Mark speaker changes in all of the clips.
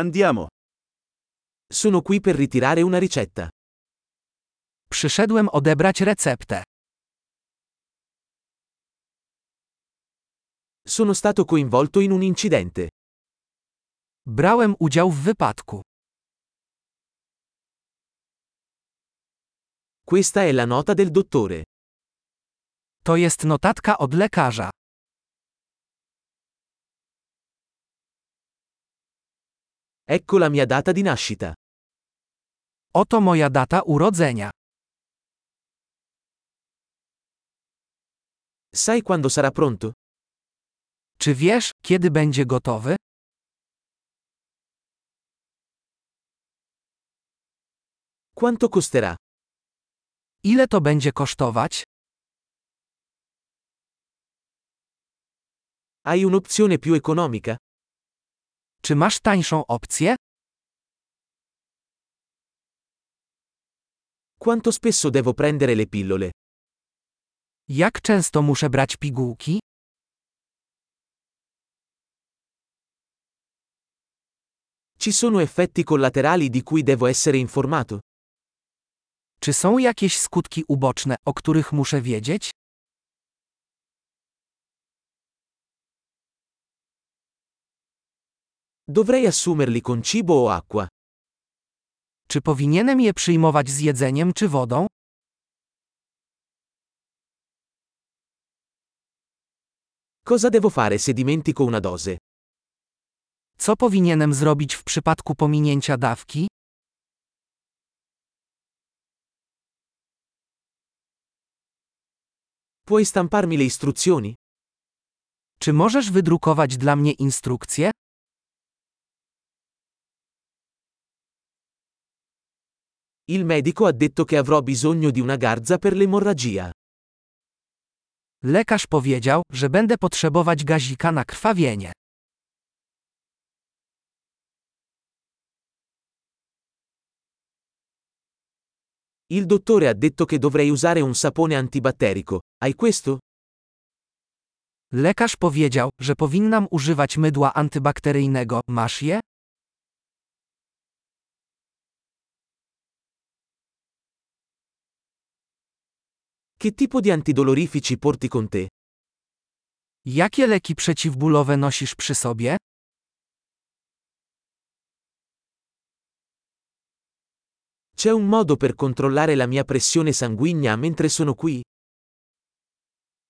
Speaker 1: Andiamo. Sono qui per ritirare una ricetta.
Speaker 2: Przyszedłem odebrać receptę.
Speaker 1: Sono stato coinvolto in un incidente.
Speaker 2: Brałem udział w wypadku.
Speaker 1: Questa è la nota del dottore.
Speaker 2: To jest notatka od lekarza.
Speaker 1: Ecco la mia data di nascita.
Speaker 2: Oto moja data urodzenia.
Speaker 1: Sai quando sarà pronto?
Speaker 2: Czy wiesz, kiedy będzie gotowy?
Speaker 1: Quanto costerà?
Speaker 2: Ile to będzie kosztować?
Speaker 1: Hai un'opzione più economica?
Speaker 2: Czy masz tańszą opcję?
Speaker 1: Quanto spesso devo prendere le pillole?
Speaker 2: Jak często muszę brać pigułki?
Speaker 1: Ci sono effetti collaterali di cui devo essere informato?
Speaker 2: Czy są jakieś skutki uboczne, o których muszę wiedzieć?
Speaker 1: Dovrei assumerli con cibo o acqua?
Speaker 2: Czy powinienem je przyjmować z jedzeniem czy wodą?
Speaker 1: Cosa devo fare se dimentico una dose?
Speaker 2: Co powinienem zrobić w przypadku pominięcia dawki?
Speaker 1: Puoi stamparmi le istruzioni?
Speaker 2: Czy możesz wydrukować dla mnie instrukcję?
Speaker 1: Il medico ha detto che avrò bisogno di una garza per l'emorragia.
Speaker 2: Lekarz powiedział, że będę potrzebować gazika na krwawienie.
Speaker 1: Il dottore ha detto che dovrei usare un sapone antibatterico. Hai questo?
Speaker 2: Lekarz powiedział, że powinnam używać mydła antybakteryjnego. Masz je?
Speaker 1: Che tipo di antidolorifici porti con te?
Speaker 2: Jakie leki przeciwbólowe nosisz przy sobie?
Speaker 1: C'è un modo per controllare la mia pressione sanguigna mentre sono qui?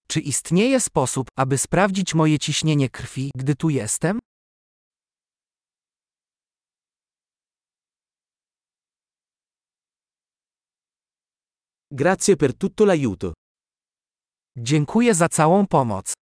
Speaker 2: Czy istnieje sposób, aby sprawdzić moje ciśnienie krwi, gdy tu jestem?
Speaker 1: Grazie per tutto l'aiuto.
Speaker 2: Dziękuję za całą pomoc.